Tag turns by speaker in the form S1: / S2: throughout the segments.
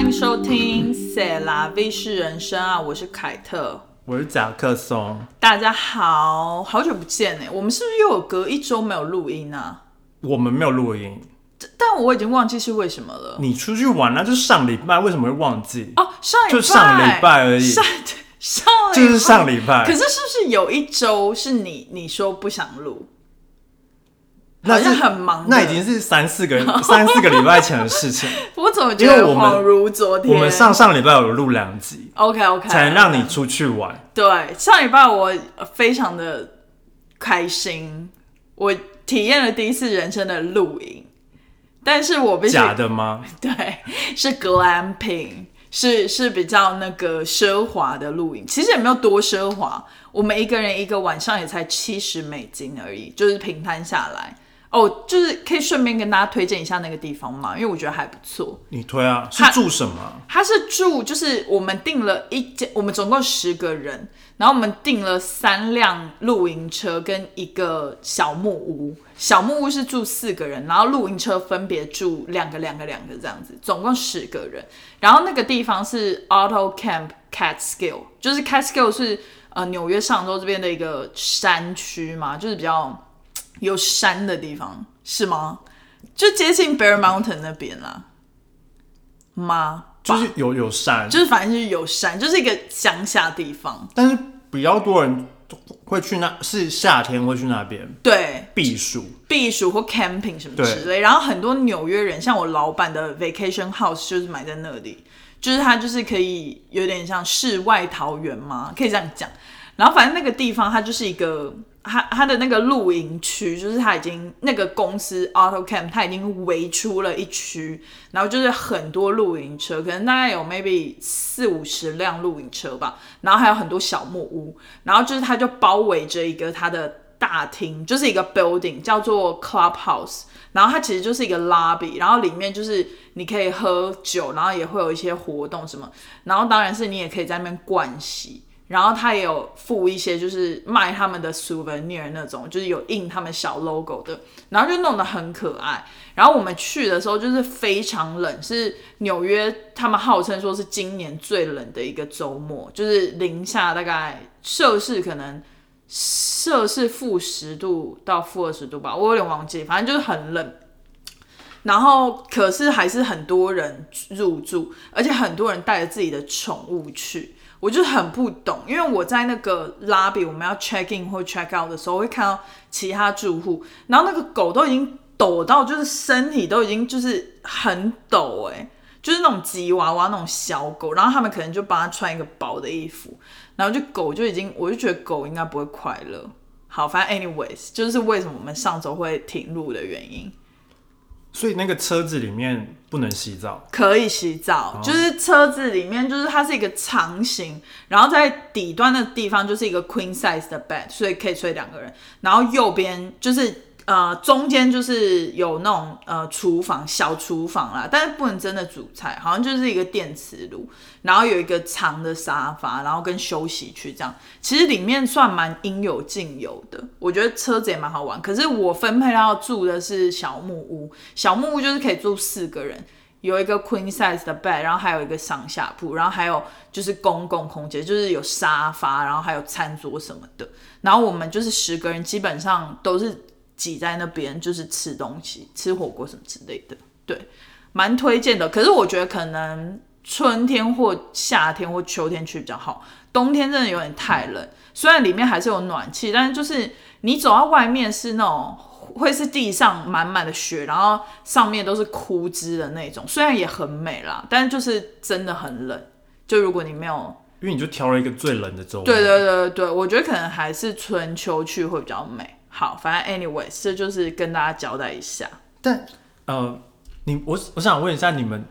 S1: 迎收听《塞拉 V 是人生》啊，我是凯特。
S2: 我是夹克松，
S1: 大家好，好久不见欸呢。我们是不是又有隔一周没有录音啊？
S2: 我们没有录音，
S1: 这但我已经忘记是为什么了。
S2: 你出去玩那、就是上礼拜，为什么会忘记？
S1: 哦，上礼拜
S2: 就上礼拜而已
S1: 上上礼拜
S2: 就是上礼拜
S1: 可是是不是有一周是你你说不想录？
S2: 那
S1: 好像
S2: 是
S1: 很忙的
S2: 那已经是三四个三四个礼拜前的事情。
S1: 我怎么觉
S2: 因
S1: 得
S2: 为我们
S1: 恍如昨 天？
S2: 我们上上礼拜有录 两集，
S1: OK OK
S2: 才能让你出去玩。
S1: 对，上礼拜我非常的开心，我体验了第一次人生的露营，但是我必须
S2: 假的吗？
S1: 对是 glamping，是是比较那个奢华的露营，其实也没有多奢华，我们一个人一个晚上也才七十美金而已，就是平摊下来。哦，就是可以顺便跟大家推荐一下那个地方嘛，因为我觉得还不错。
S2: 你推啊？是
S1: 他
S2: 住什么？
S1: 他是住，就是我们订了一间，我们总共十个人，然后我们订了三辆露营车跟一个小木屋。小木屋是住四个人，然后露营车分别住两个、两个、两个这样子，总共十个人。然后那个地方是 Auto Camp Catskill，就是 Catskill 是呃纽约上州这边的一个山区嘛，就是比较嘖有山的地方，是吗？就接近 Bear Mountain 那边啦，吗？
S2: 就是有有山，
S1: 就是反正就是有山，就是一个乡下地方。
S2: 但是比较多人会去那，是夏天会去那边
S1: 对，
S2: 避暑。
S1: 避暑或 camping 什么
S2: 对
S1: 之类。然后很多纽约人，像我老板的 vacation house 就是买在那里，就是它就是可以有点像世外桃源嘛，可以这样讲。然后反正那个地方它就是一个。它它的那个露营区，就是它已经那个公司 Auto Camp，它已经围出了一区，然后就是很多露营车，可能大概有 maybe 四五十辆露营车吧，然后还有很多小木屋，然后就是它就包围着一个它的大厅，就是一个 building 叫做 clubhouse，然后它其实就是一个 lobby，然后里面就是你可以喝酒，然后也会有一些活动什么，然后当然是你也可以在那边盥洗。然后它也有附一些，就是卖他们的 souvenir 那种，就是有印他们小 logo 的，然后就弄得很可爱。然后我们去的时候就是非常冷，是纽约他们号称说是今年最冷的一个周末，就是零下大概摄氏可能摄氏负十度到负二十度吧，我有点忘记，反正就是很冷。然后可是还是很多人入住，而且很多人带着自己的宠物去，我就很不懂，因为我在那个 lobby 我们要 check in 或 check out 的时候，会看到其他住户，然后那个狗都已经抖到，就是身体都已经就是很抖哎、就是那种吉娃娃那种小狗，然后他们可能就帮它穿一个薄的衣服，然后就狗就已经，我就觉得狗应该不会快乐。好，反正 anyways，就是为什么我们上周会停录的原因。
S2: 所以那个车子里面不能洗澡，
S1: 可以洗澡，就是车子里面，就是它是一个长型，然后在底端的地方就是一个 queen size 的 bed，所以可以睡两个人。然后右边就是呃中间就是有那种呃厨房小厨房啦，但是不能真的煮菜，好像就是一个电磁炉，然后有一个长的沙发，然后跟休息区这样。其实里面算蛮应有尽有的，我觉得车子也蛮好玩。可是我分配到住的是小木屋，小木屋就是可以住四个人。有一个 queen size 的 bed，然后还有一个上下铺，然后还有就是公共空间，就是有沙发，然后还有餐桌什么的。然后我们就是十个人，基本上都是挤在那边，就是吃东西、吃火锅什么之类的。对，蛮推荐的。可是我觉得可能春天或夏天或秋天去比较好，冬天真的有点太冷。虽然里面还是有暖气，但是就是你走到外面是那种会是地上满满的雪，然后上面都是枯枝的那种，虽然也很美啦，但是就是真的很冷。就如果你没有
S2: 因为你就挑了一个最冷的周末。
S1: 对对对对，我觉得可能还是春秋去会比较美。好，反正 anyway，这就是跟大家交代一下。
S2: 但呃，你我我想问一下，你们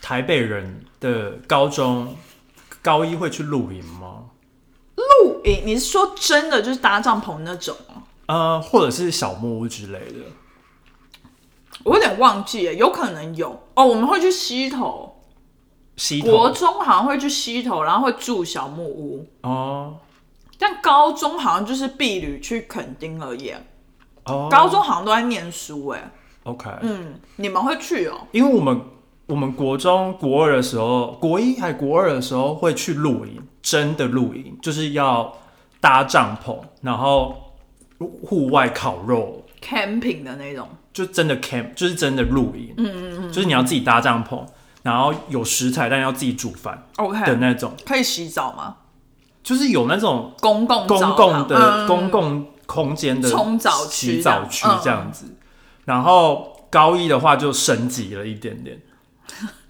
S2: 台北人的高中高一会去露营吗？
S1: 露营，你是说真的就是搭帐篷那种吗？
S2: 呃，或者是小木屋之类的？
S1: 我有点忘记了，有可能有哦。我们会去溪头，
S2: 西
S1: 国
S2: 头
S1: 中好像会去溪头，然后会住小木屋，
S2: 哦
S1: 但高中好像就是避旅去垦丁而已。
S2: 哦，
S1: 高中好像都在念书哎、
S2: OK，
S1: 嗯，你们会去哦？
S2: 因为我们我们国中国二的时候，国一还国二的时候会去露营，真的露营，就是要搭帐篷，然后户外烤肉，
S1: camping 的那种，
S2: 就真的 camp，就是真的露营。嗯嗯嗯，就是你要自己搭帐篷，然后有食材，但要自己煮饭
S1: OK，
S2: 的那种，
S1: 可以洗澡吗？
S2: 就是有那种
S1: 公共
S2: 公
S1: 澡
S2: 共
S1: 堂嗯
S2: 的、公共空间的
S1: 冲澡区
S2: 洗澡区
S1: 这样嗯
S2: 这样子。然后高一的话就升级了一 点点，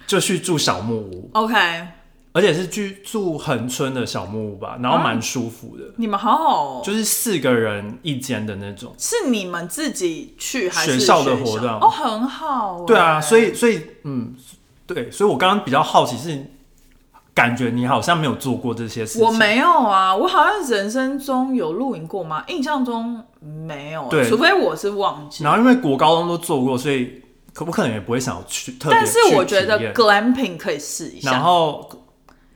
S2: 就去住小木屋，
S1: OK，
S2: 而且是去住恒春的小木屋吧，
S1: 哦
S2: 然后蛮舒服的，
S1: 你们好好哦，
S2: 就是四个人一间的那种。
S1: 是你们自己去还是
S2: 学校的活动
S1: 哦，很好欸。
S2: 对啊，所以所以嗯，对，所以我刚刚比较好奇是，感觉你好像没有做过这些事情。
S1: 我没有啊，我好像人生中有露营过吗？印象中没有欸，
S2: 对
S1: 除非我是忘记
S2: 然。后因为国高中都做过，所以可不可能也不会想要去特别
S1: 但是我
S2: 去
S1: 觉得
S2: 体验
S1: glamping 可以试一
S2: 然
S1: 下，
S2: 后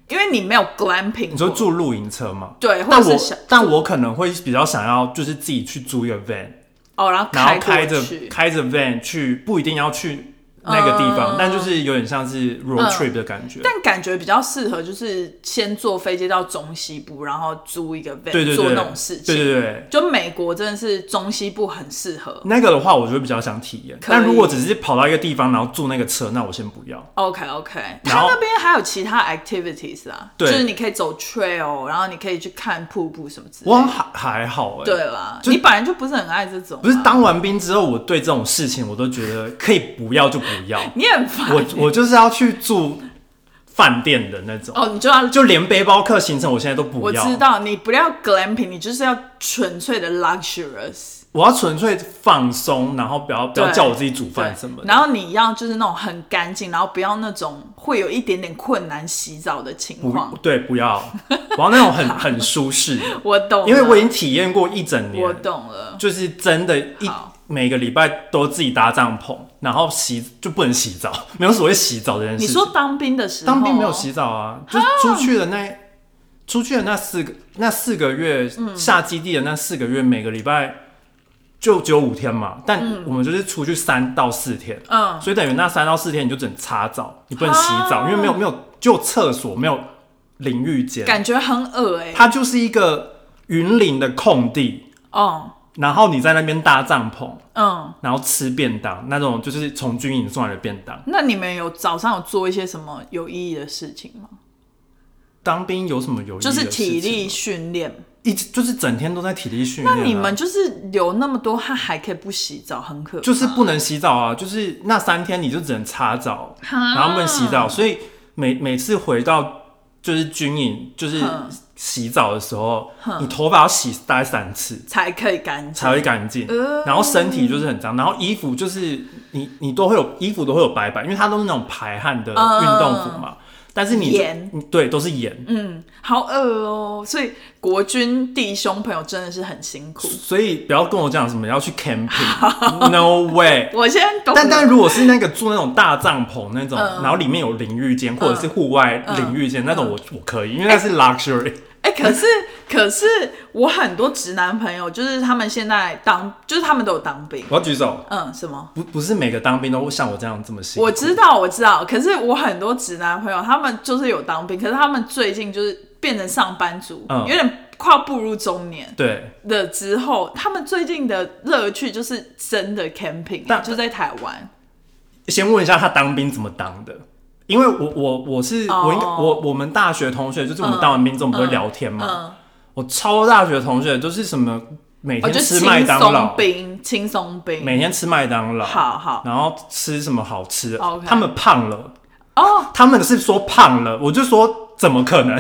S1: 因为你没有 glamping，
S2: 你说
S1: 过
S2: 住露营车嘛？
S1: 对，或
S2: 但
S1: 者
S2: 我
S1: 是小
S2: 但我可能会比较想要就是自己去租一个 van，
S1: 哦，然后
S2: 然后
S1: 开
S2: 开
S1: 过
S2: 着
S1: 去
S2: 开着 van 去，不一定要去那个地方，但就是有点像是 road
S1: 嗯
S2: trip 的感觉。
S1: 但感觉比较适合，就是先坐飞机到中西部，然后租一个 van
S2: 对对对，
S1: 做那种事情。
S2: 对嗯对对，
S1: 就美国真的是中西部很适合。
S2: 那个的话，我就会比较想体验。
S1: 可以
S2: 但如果只是跑到一个地方，然后住那个车，那我先不要。
S1: OK OK，
S2: 然
S1: 它
S2: 后
S1: 那边还有其他 activities 啊，就
S2: 对
S1: 是你可以走 trail，然后你可以去看瀑布什么之类
S2: 我
S1: 的。
S2: 还还好哎、
S1: 对啊啦，
S2: 就
S1: 你本来就不是很爱这种啊、
S2: 不是当完兵之后，我对这种事情我都觉得可以不要就不要。
S1: 你很烦
S2: 我我就是要去住饭店的那种，
S1: 哦，你就要
S2: 就连背包客行程我现在都不
S1: 我
S2: 要。
S1: 知道你不要 glamping，你就是要纯粹的 luxurious。
S2: 我要纯粹放松，然后不要不要
S1: 对
S2: 叫我自己煮
S1: 对
S2: 饭什么，的。
S1: 然后你要就是那种很干净，然后不要那种会有一点点困难洗澡的情况
S2: 不。对，不要，我要那种很 很舒适的，
S1: 我懂了，
S2: 因为我已经体验过一整
S1: 我
S2: 年，
S1: 懂了。
S2: 就是真的一，
S1: 好
S2: 每个礼拜都自己搭帐篷，然后洗就不能洗澡，没有所谓洗澡这件事
S1: 你
S2: 情。
S1: 说哦当兵的时候，
S2: 当兵没有洗澡啊，就是出去的那出去的那四个那四个月、
S1: 嗯
S2: 下基地的那四个月，每个礼拜就只有五天嘛，但我们就是出去三到四天，
S1: 嗯
S2: 所以等于那三到四天你就只能擦澡，你不能洗澡，
S1: 啊
S2: 因为没有没有就厕所没有淋浴间，
S1: 感觉很恶哎、
S2: 它就是一个云林的空地，
S1: 哦，
S2: 然后你在那边搭帐篷，
S1: 嗯，
S2: 然后吃便当那种就是从军营送来的便当。
S1: 那你们有早上有做一些什么有意义的事情吗？
S2: 当兵有什么有意义
S1: 就
S2: 的
S1: 是
S2: 事情
S1: 体力
S2: 吗
S1: 训练。
S2: 一直就是整天都在体力训练、啊。
S1: 那你们就是流那么多汗还可以不洗澡，很可怕
S2: 就是不能洗澡啊，就是那三天你就只能擦澡，然后不能洗澡，所以每每次回到就是军营，就是
S1: 哼
S2: 洗澡的时候，你头发要洗大概三次
S1: 才可以干净
S2: 才。会干净，
S1: 呃
S2: 然后身体就是很脏，然后衣服就是你你都会有衣服都会有白板，因为它都是那种排汗的运
S1: 嗯
S2: 动服嘛，但是你就
S1: 盐
S2: 你对都是盐，
S1: 嗯，好恶哦。所以国军弟兄朋友真的是很辛苦。
S2: 所以不要跟我讲什么要去 camping，no way。
S1: 我先懂了，
S2: 但但如果是那个住那种大帐篷那种，
S1: 嗯嗯
S2: 然后里面有淋浴间、或者是户外淋浴间、那种我，我可以，因为那 是 luxury，、
S1: 哎、可是可是我很多直男朋友，就是他们现在当，就是他们都有当兵。
S2: 我要举手，
S1: 嗯，什么？
S2: 不不是每个当兵都像我这样这么辛苦。
S1: 我知道，我知道。可是我很多直男朋友，他们就是有当兵，可是他们最近就是变成上班族，
S2: 嗯
S1: 有点快要步入中年
S2: 对，
S1: 了之后，他们最近的乐趣就是真的 camping，
S2: 但
S1: 就在台湾。
S2: 先问一下他当兵怎么当的，因为我我我是、
S1: 哦
S2: 我应该我我们大学同学，就是我们当完兵之后我们
S1: 嗯
S2: 不会聊天嘛，
S1: 嗯，
S2: 我超多大学同学就是什么每
S1: 我
S2: 天
S1: 哦就
S2: 吃
S1: 轻
S2: 麦当
S1: 松
S2: 劳，
S1: 兵，轻松兵。
S2: 每天吃麦当劳，
S1: 好好
S2: 然后吃什么好吃的
S1: OK
S2: 他们胖了。
S1: 哦，
S2: 他们是说胖了，我就说怎么 可能？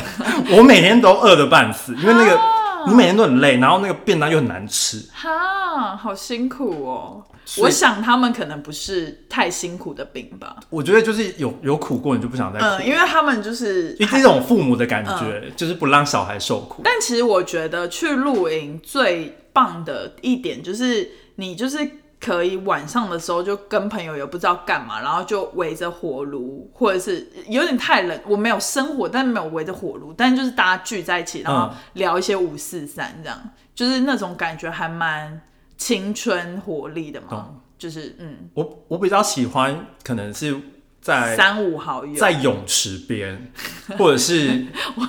S2: 我每天都饿得半死，因为那个
S1: 啊
S2: 你每天都很累，然后那个便当又很难吃。
S1: 哈，好辛苦哦。
S2: 所以
S1: 我想他们可能不是太辛苦的兵吧。
S2: 我觉得就是有有苦过，你就不想再苦，
S1: 嗯，因为嗯他们就是
S2: 因为这种父母的感觉、就是不让小孩受苦。
S1: 但其实我觉得去露营最棒的一点就是，你就是可以晚上的时候就跟朋友也不知道干嘛，然后就围着火炉，或者是有点太冷，我没有生火，但没有围着火炉，但就是大家聚在一起，然
S2: 嗯
S1: 后聊一些五四三这样，就是那种感觉还蛮青春活力的嘛
S2: 懂。
S1: 就是嗯，
S2: 我我比较喜欢可能是在
S1: 三五好友，
S2: 在泳池边或 者是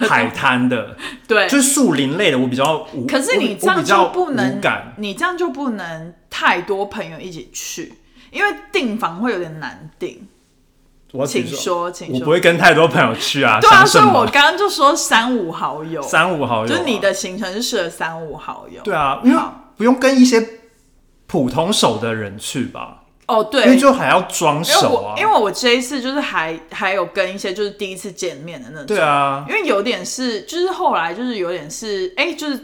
S2: 海滩的，
S1: 对，
S2: 就是树林类的，我比较无。
S1: 可是你
S2: 我
S1: 这样
S2: 我比较
S1: 就不能
S2: 无感，，
S1: 你这样就不能太多朋友一起去，因为订房会有点难订。
S2: 我只
S1: 请
S2: 是
S1: 说，请
S2: 我
S1: 说。
S2: 不会跟太多朋友去啊。
S1: 对啊，
S2: 想什
S1: 所以我
S2: 么？
S1: 刚刚就说三五好友，
S2: 三五好友啊，
S1: 就是你的行程是适合三五好友。
S2: 对啊，因为
S1: 好
S2: 不用跟一些普通手的人去吧，
S1: 哦，对，
S2: 因为就还要装
S1: 因为
S2: 手
S1: 我
S2: 啊。
S1: 因为我这一次就是还还有跟一些就是第一次见面的那种，
S2: 对啊，
S1: 因为有点是就是后来就是有点是哎、就是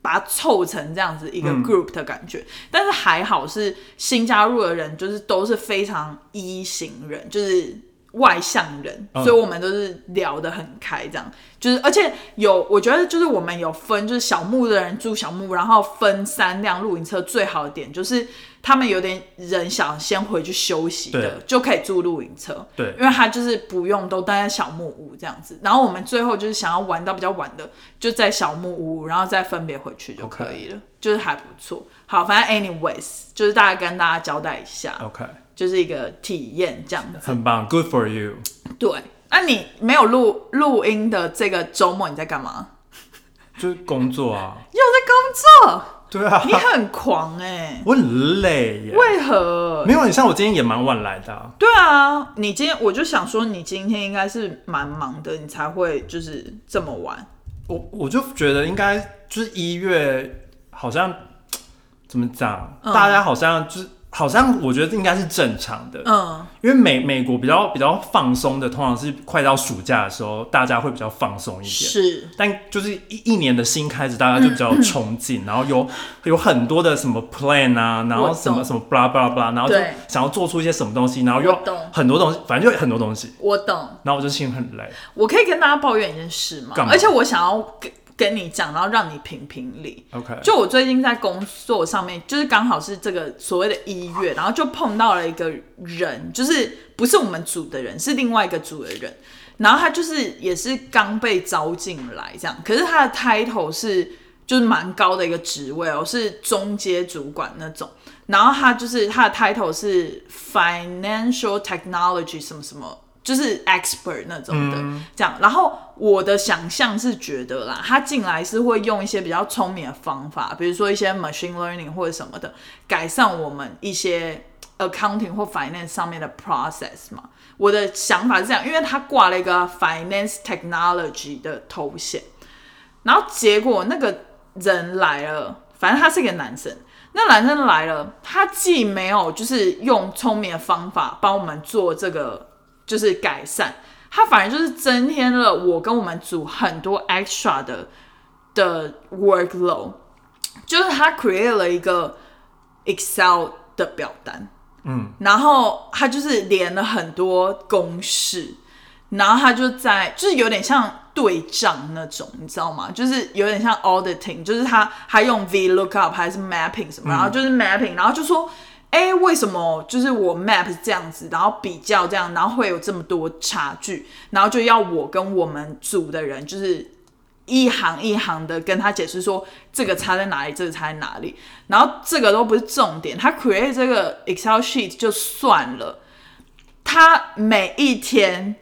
S1: 把它凑成这样子一个
S2: 嗯
S1: group 的感觉，但是还好是新加入的人就是都是非常一型人，就是外向人，
S2: 嗯
S1: 所以我们都是聊得很开，这样就是而且有我觉得就是我们有分就是小木的人住小木，然后分三辆露营车，最好的点就是。他们有点人想先回去休息
S2: 对
S1: 的，就可以住露营车。
S2: 对
S1: 因为他就是不用都待在小木屋这样子。然后我们最后就是想要玩到比较晚的，就在小木屋，然后再分别回去就可以了就是还不错。好，反正 anyways，就是大概跟大家交代一下
S2: OK，
S1: 就是一个体验这样子。
S2: 很棒，Good for you。
S1: 对，那你没有录录音的这个周末你在干嘛？
S2: 就是工作啊，
S1: 又在工作，
S2: 对啊，
S1: 你很狂哎、
S2: 我很累耶。
S1: 为何？
S2: 没有，你像我今天也蛮晚来的、啊，
S1: 对啊，你今天我就想说，你今天应该是蛮忙的，你才会就是这么晚。
S2: 我我就觉得应该就是一月好像怎么讲，
S1: 嗯
S2: 大家好像就是好像我觉得应该是正常的，
S1: 嗯，
S2: 因为美美国比较比较放松的，通常是快到暑假的时候，大家会比较放松一点。
S1: 是，
S2: 但就是一一年的新开始，大家就比较有冲劲， 然后有有很多的什么 plan 啊，然
S1: 我
S2: 后
S1: 懂
S2: 什么什么 blah blah blah，然后就
S1: 对
S2: 想要做出一些什么东西，然后又
S1: 我懂
S2: 很多东西，反正就很多东西，
S1: 我懂。
S2: 然后我就心里很累。
S1: 我可以跟大家抱怨一件事吗
S2: 干？嘛
S1: 而且我想要跟跟你讲，然后让你评评理。
S2: OK，
S1: 就我最近在工作上面，就是刚好是这个所谓的一月，然后就碰到了一个人，就是不是我们组的人，是另外一个组的人。然后他就是也是刚被招进来这样，可是他的 title 是就是蛮高的一个职位哦，是中阶主管那种。然后他就是他的 title 是 financial technology 什么什么，就是 expert 那种的、这样。然后我的想象是觉得啦，他进来是会用一些比较聪明的方法，比如说一些 machine learning 或者什么的，改善我们一些 accounting 或 finance 上面的 process 嘛。我的想法是这样，因为他挂了一个 finance technology 的头衔，然后结果那个人来了，反正他是一个男生。那男生来了，他既没有就是用聪明的方法帮我们做这个就是改善，他反而就是增添了我跟我们组很多 extra 的的 workload，就是他 create 了一个 Excel 的表单，
S2: 嗯，
S1: 然后他就是连了很多公式，然后他就在就是有点像对账那种，你知道吗？就是有点像 auditing，就是他他用 VLOOKUP 还是 mapping 什么，然后就是 mapping，然后就说。哎，为什么就是我 map 是这样子，然后比较这样，然后会有这么多差距，然后就要我跟我们组的人就是一行一行的跟他解释说这个差在哪里，这个差在哪里。然后这个都不是重点，他 create 这个 Excel sheet 就算了，他每一天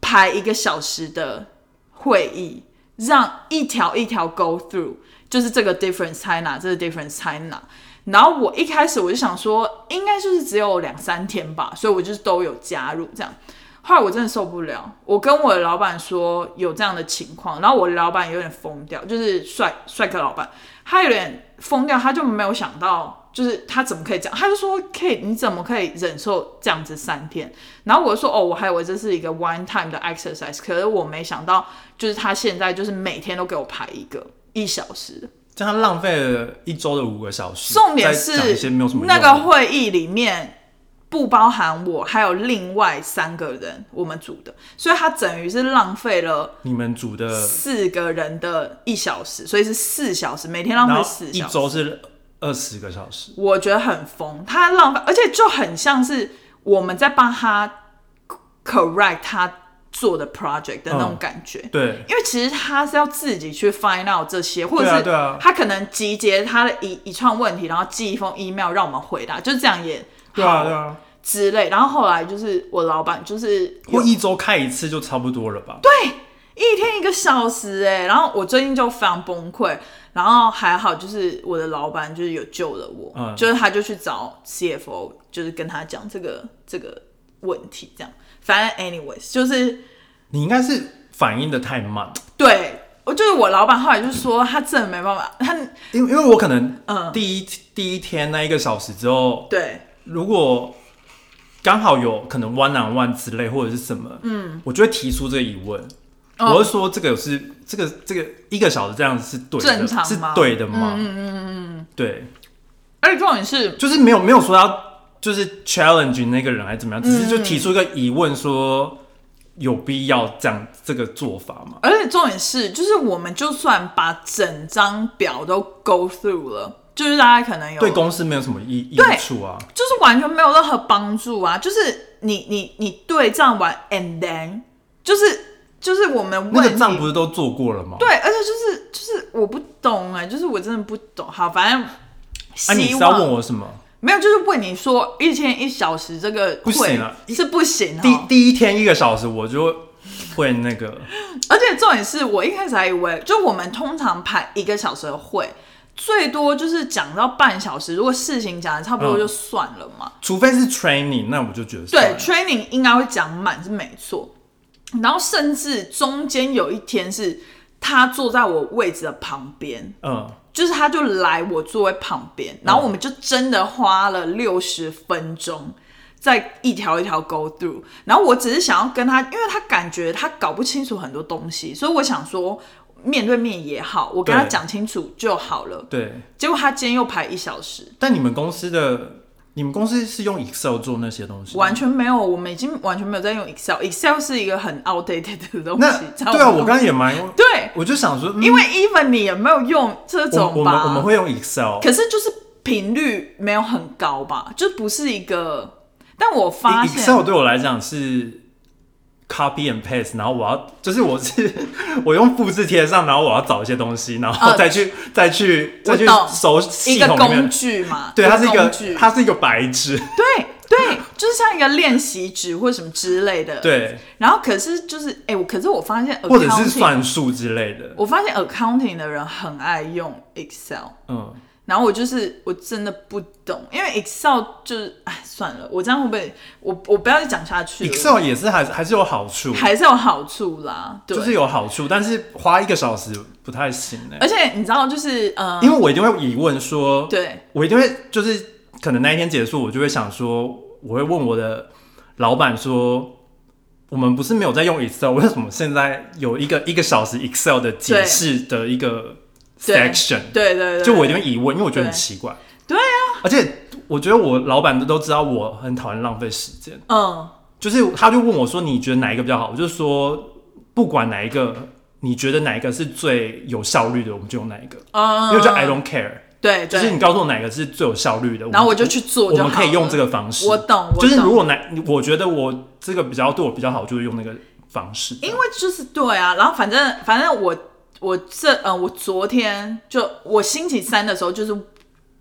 S1: 排一个小时的会议，让一条一条 go through，就是这个 difference 在哪，这个 difference 在哪。然后我一开始我就想说，应该就是只有两三天吧，所以我就是都有加入这样。后来我真的受不了，我跟我的老板说有这样的情况，然后我的老板有点疯掉，就是帅帅哥老板，他有点疯掉，他就没有想到，就是他怎么可以这样？他就说：“Kate，你怎么可以忍受这样子三天？”然后我就说：“哦，我还以为这是一个 one time 的 exercise，可是我没想到，就是他现在就是每天都给我排一个一小时的
S2: 这样浪费了一周的五个小时，
S1: 重点
S2: 嗯再讲一
S1: 是
S2: 些没有什么
S1: 那
S2: 用
S1: 个
S2: 的
S1: 会议里面不包含我，还有另外三个人我们组的，所以他等于是浪费了
S2: 你们组的，
S1: 四个人的一小时，所以是四小时，每天浪
S2: 然
S1: 费
S2: 后
S1: 四
S2: 一
S1: 小时。
S2: 周是二十个小时，
S1: 我觉得很疯，他浪费，而且就很像是我们在帮他 correct 他做的 project 的那种
S2: 嗯
S1: 感觉。
S2: 对，
S1: 因为其实他是要自己去 find out 这些，或者
S2: 对啊
S1: 是
S2: 对啊
S1: 他可能集结他的一一串问题，然后寄一封 email 让我们回答，就这样也好
S2: 对啊，对啊，
S1: 之类。然后后来就是我老板就是
S2: 或一周开一次就差不多了吧？
S1: 对，一天一个小时哎、然后我最近就非常崩溃，然后还好就是我的老板就是有救了我，
S2: 嗯
S1: 就是他就去找 CFO，就是跟他讲这个这个问题这样。反正 anyways 就是
S2: 你应该是反应的太慢，
S1: 对我就是我老板后来就说他真的没办法，他
S2: 因为因为我可能
S1: 嗯
S2: 第一、第一天那一个小时之后，
S1: 对
S2: 如果刚好有可能 one on one 之类或者是什么，嗯，我就会提出这个疑问。
S1: 哦
S2: 我会说这个是这个这个一个小时这样是对的，
S1: 正常吗
S2: 是对的吗？嗯嗯嗯嗯，对，
S1: 而且重点是，
S2: 就是没有没有说要就是 challenge 那个人还是怎么样，只是就提出一个疑问说有必要这样这个做法吗？
S1: 而且重点是，就是我们就算把整张表都 go through 了，就是大家可能有
S2: 对公司没有什么益益
S1: 对
S2: 处啊。
S1: 就是完全没有任何帮助啊！就是你你你对账完，and then 就是就是我们
S2: 那
S1: 问
S2: 个
S1: 题
S2: 账不是都做过了吗？
S1: 对，而且就是就是我不懂哎、就是我真的不懂。好，反正希
S2: 啊，
S1: 望、哦
S2: 你是要问我什么？
S1: 没有，就是问你说一天一小时这个
S2: 不行啊
S1: 会是不行
S2: 第
S1: 啊。
S2: 第一天一个小时我就会那个，
S1: 而且重点是我一开始还以为，就我们通常排一个小时的会。最多就是讲到半小时，如果事情讲的差不多
S2: 嗯
S1: 就算了嘛。
S2: 除非是 training，那我就觉得算
S1: 对
S2: 了
S1: ，training 应该会讲满是没错。然后甚至中间有一天是他坐在我位置的旁边，
S2: 嗯，
S1: 就是他就来我座位旁边，然后我们就真的花了六十分钟。在一条一条 go through，然后我只是想要跟他，因为他感觉他搞不清楚很多东西，所以我想说面对面也好，我跟他
S2: 对
S1: 讲清楚就好了。
S2: 对。
S1: 结果他今天又排一小时，
S2: 但你们公司的，你们公司是用 Excel 做那些东西吗？
S1: 完全没有，我们已经完全没有在用 Excel。Excel 是一个很 outdated 的东
S2: 那
S1: 西。在
S2: 对啊，
S1: 们
S2: 我刚刚也蛮，
S1: 对，
S2: 我就想说，嗯
S1: 因为 even 你也没有用这
S2: 我我
S1: 种
S2: 们
S1: 吧，
S2: 我们会用 Excel，
S1: 可是就是频率没有很高吧，就不是一个。但我发现
S2: Excel 对我来讲是 copy and paste，然后我要就是我是 我用复制贴上，然后我要找一些东西，然后
S1: 呃
S2: 再去、再去
S1: 我
S2: 再去
S1: 懂
S2: 熟
S1: 一
S2: 系
S1: 个
S2: 统里
S1: 工
S2: 面。
S1: 具嘛，
S2: 对，它是一
S1: 工
S2: 个
S1: 具，
S2: 它是一个白 纸，
S1: 对对，就是像一个练习纸或什么之类的。。
S2: 对，
S1: 然后可是就是哎、我可是我发现 accounting，
S2: 或者是算术之类的，
S1: 我发现 accounting 的人很爱用 Excel。
S2: 嗯，
S1: 然后我就是我真的不懂，因为 Excel 就是哎算了，我这样会不会我我不要再讲下去了
S2: Excel 也是还是还是有好处，
S1: 还是有好处啦，对，
S2: 就是有好处，但是花一个小时不太行哎、
S1: 而且你知道就是呃，
S2: 因为我一定会疑问说，
S1: 对
S2: 我一定会就是可能那一天结束，我就会想说，我会问我的老板说，我们不是没有在用 Excel，为什么现在有一个一个小时 Excel 的解释的一个
S1: 对
S2: section？
S1: 对对对，
S2: 就我一定会疑问，因为我觉得很
S1: 对
S2: 奇怪。
S1: 对
S2: 啊，而且我觉得我老板都都知道我很讨厌浪费时间，
S1: 嗯
S2: 就是他就问我说：“你觉得哪一个比较好？”我就说：“不管哪一个，你觉得哪一个是最有效率的，我们就用哪一个。
S1: 嗯，
S2: 因为就 I don't care，
S1: 对
S2: 就是
S1: 对
S2: 你，告诉我哪个是最有效率的，
S1: 然后我
S2: 们
S1: 就去做
S2: 我
S1: 就好了，
S2: 们可以用这个方式。
S1: 我懂，我
S2: 就是
S1: 懂
S2: 如果哪，我觉得我这个比较对我比较好，就是用那个方式。
S1: 因为就是对啊，然后反正反正我我这呃，我昨天就我星期三的时候就是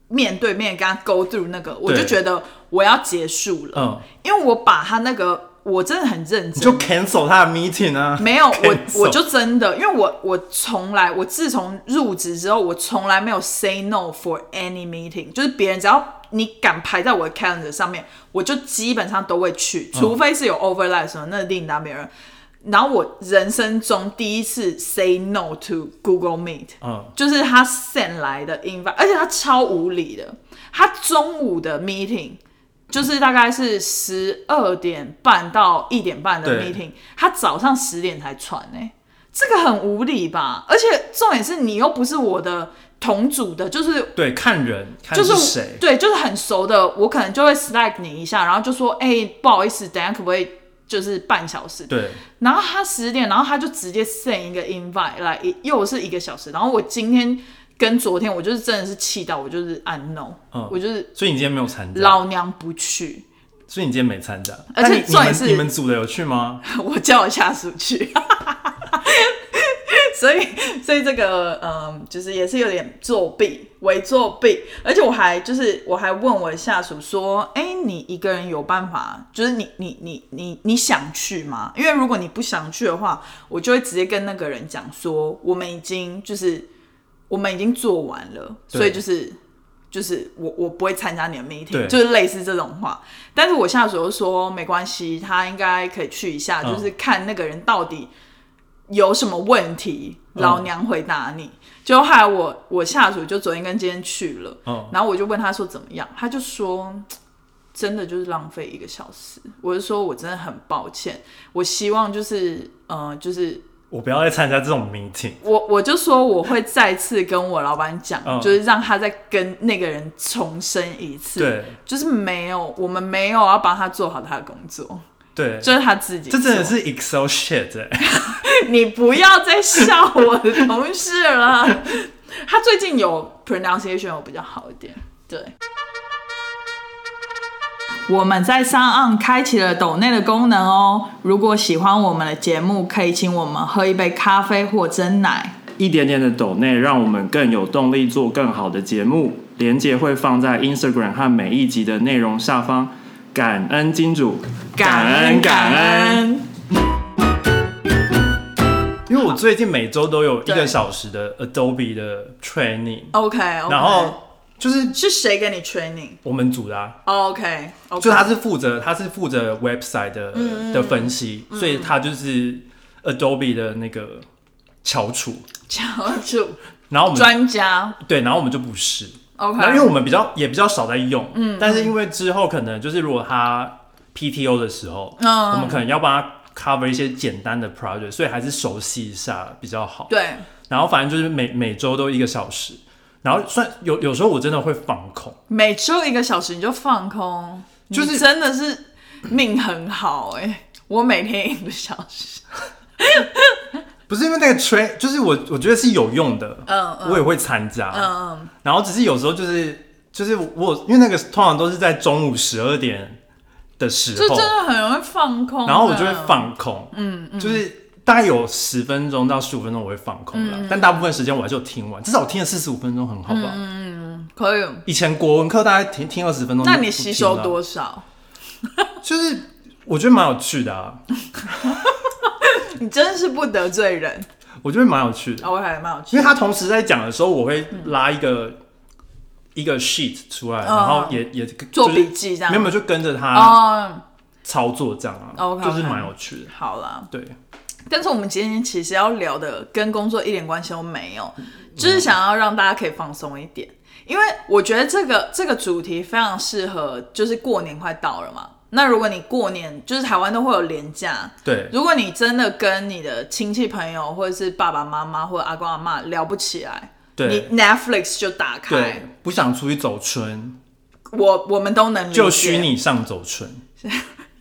S1: 面对面跟他 go through 那个，我就觉得我要结束了，
S2: 嗯，
S1: 因为我把他那个我真的很认
S2: 你就
S1: 真。
S2: cancel 他的 meeting 啊？
S1: 没有，我
S2: cancel
S1: 我就真的，因为我我从来，我自从入职之后，我从来没有 say no for any meeting，就是别人只要你敢排在我的 calendar 上面，我就基本上都会去，除非是有 overlap 什么，那另当别论。然后我人生中第一次 say no to Google Meet，
S2: 嗯
S1: 就是他 send 来的 invite，而且他超无理的。他中午的 meeting 就是大概是十二点半到一点半的
S2: 对
S1: meeting，他早上十点才传呢、这个很无理吧？而且重点是你又不是我的同组的，就是
S2: 对，看人，看
S1: 就是
S2: 谁。
S1: 对，就是很熟的，我可能就会 slack 你一下，然后就说，哎、不好意思，等一下可不可以就是半小时？
S2: 对，
S1: 然后他十点，然后他就直接 send 一个 invite 来，一又是一个小时。然后我今天跟昨天，我就是真的是气到，我就是按 no，、
S2: 嗯
S1: 我就是
S2: 所以你今天没有参加，
S1: 老娘不去，
S2: 所以你今天没参加。
S1: 而且
S2: 但你
S1: 重
S2: 你
S1: 点
S2: 们
S1: 是
S2: 你们组的有去吗？
S1: 我叫我下属去。所以所以这个嗯，就是也是有点作弊，伪作弊。而且我还就是我还问我的下属说，哎、你一个人有办法，就是你你你你你想去吗？因为如果你不想去的话，我就会直接跟那个人讲说，我们已经就是我们已经做完了，
S2: 对
S1: 所以就是。就是我，我不会参加你的 meeting，
S2: 对
S1: 就是类似这种话。但是我下属又说没关系，他应该可以去一下，
S2: 嗯
S1: 就是看那个人到底有什么问题，老
S2: 嗯
S1: 娘回答你。就后来我我下属就昨天跟今天去了，
S2: 嗯
S1: 然后我就问他说怎么样，他就说嗯真的就是浪费一个小时。我就说我真的很抱歉，我希望就是呃就是
S2: 我不要再参加这种 meeting。
S1: 我我就说我会再次跟我老板讲，
S2: 嗯
S1: 就是让他再跟那个人重申一次，
S2: 对，
S1: 就是没有我们没有要帮他做好他的工作，
S2: 对，
S1: 就是他自己
S2: 这
S1: 做。
S2: 真的是 Excel shit 哎、
S1: 你不要再笑我的同事了。 他最近有 pronunciation 有比较好一点，对。我们在上岸开启了抖内的功能哦。如果喜欢我们的节目，可以请我们喝一杯咖啡或蒸奶。
S3: 一点点的抖内，让我们更有动力做更好的节目。连接会放在 Instagram 和每一集的内容下方。感恩金主，
S1: 感恩
S2: 因为我最近每周都有一
S1: 对
S2: 个小时的 Adobe 的 training，
S1: OK，,
S2: 然后就是
S1: 是谁给你 training？OK，OK，、
S2: 我们组的、啊，
S1: OK，OK
S2: 就 他是负责他是负责 website
S1: 嗯
S2: 的的分析，所以他就是 Adobe 的那个翘楚，
S1: 教主
S2: 然后我们
S1: 专家
S2: 对，然后我们就不是，
S1: OK，
S2: 然后因为我们比较也比较少在用，
S1: 嗯
S2: 但是因为之后可能就是如果他 PTO 的时候，
S1: 嗯
S2: 我们可能要帮他 cover 一些简单的 project，所以还是熟悉一下比较好。
S1: 对
S2: 然后反正就是每每周都一个小时，然后算有有时候我真的会放空，
S1: 每周一个小时你就放空，
S2: 就是
S1: 你真的是命很好哎、我每天一个小时，
S2: 不是因为那个 train，就是我我觉得是有用的，
S1: 嗯
S2: 我也会参加，
S1: 嗯嗯，
S2: 然后只是有时候就是就是我因为那个通常都是在中午十二点的时
S1: 就
S2: 候
S1: 真，的很容易放空啊、
S2: 然后我就会放空，嗯，就是大概有十分钟到十五分钟我会放空
S1: 嗯
S2: 了，但大部分时间我还是有听完，至少我听了四十五分钟，很好吧？
S1: 嗯可以。
S2: 以前国文课大概听听二十分钟就不听
S1: 那
S2: 了，
S1: 你吸收多少？
S2: 就是我觉得蛮有趣的啊，
S1: 你真是不得罪人
S2: 我觉得蛮有趣的，
S1: ，OK，蛮有趣
S2: 因为他同时在讲的时候，我会拉一个、
S1: 嗯
S2: 一个 sheet 出来，然后也也
S1: 哦做
S2: 就是
S1: 笔记这样
S2: 没有没有就跟着他
S1: 哦。
S2: 操作这样啊，
S1: OK，OK
S2: 就是蛮有趣的。
S1: 好啦，
S2: 对，
S1: 但是我们今天其实要聊的跟工作一点关系都没有，
S2: 嗯
S1: 就是想要让大家可以放松一点，因为我觉得这个这个主题非常适合，就是过年快到了嘛。那如果你过年就是台湾都会有年假，
S2: 对，
S1: 如果你真的跟你的亲戚朋友或者是爸爸妈妈或者阿公阿妈聊不起来，
S2: 对，
S1: 你 Netflix 就打
S2: 对
S1: 开，，
S2: 不想出去走村，
S1: 我我们都能理解
S2: 就虚拟上走村，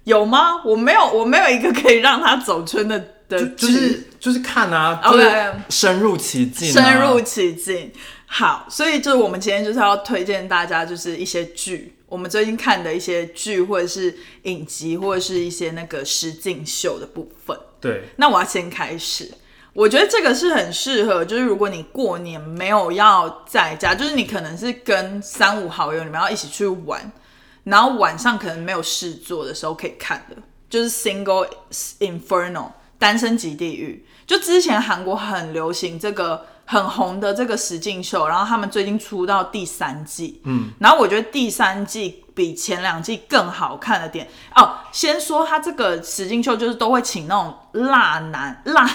S1: 有吗？我没有，我没有一个可以让他走春的的
S2: 就就是就是看啊，就
S1: OK
S2: 是深入其境啊，
S1: 深入其境。好，所以就是我们今天就是要推荐大家就是一些剧，我们最近看的一些剧或者是影集或者是一些那个实境秀的部分。
S2: 对，
S1: 那我要先开始。我觉得这个是很适合，就是如果你过年没有要在家，就是你可能是跟三五好友你们要一起去玩，然后晚上可能没有事做的时候可以看的，就是《Single Inferno》单身级地狱。就之前韩国很流行这个很红的这个实境秀，然后他们最近出到第三季，嗯，然后我觉得第三季比前两季更好看的点哦，先说他这个实境秀就是都会请那种辣男 辣。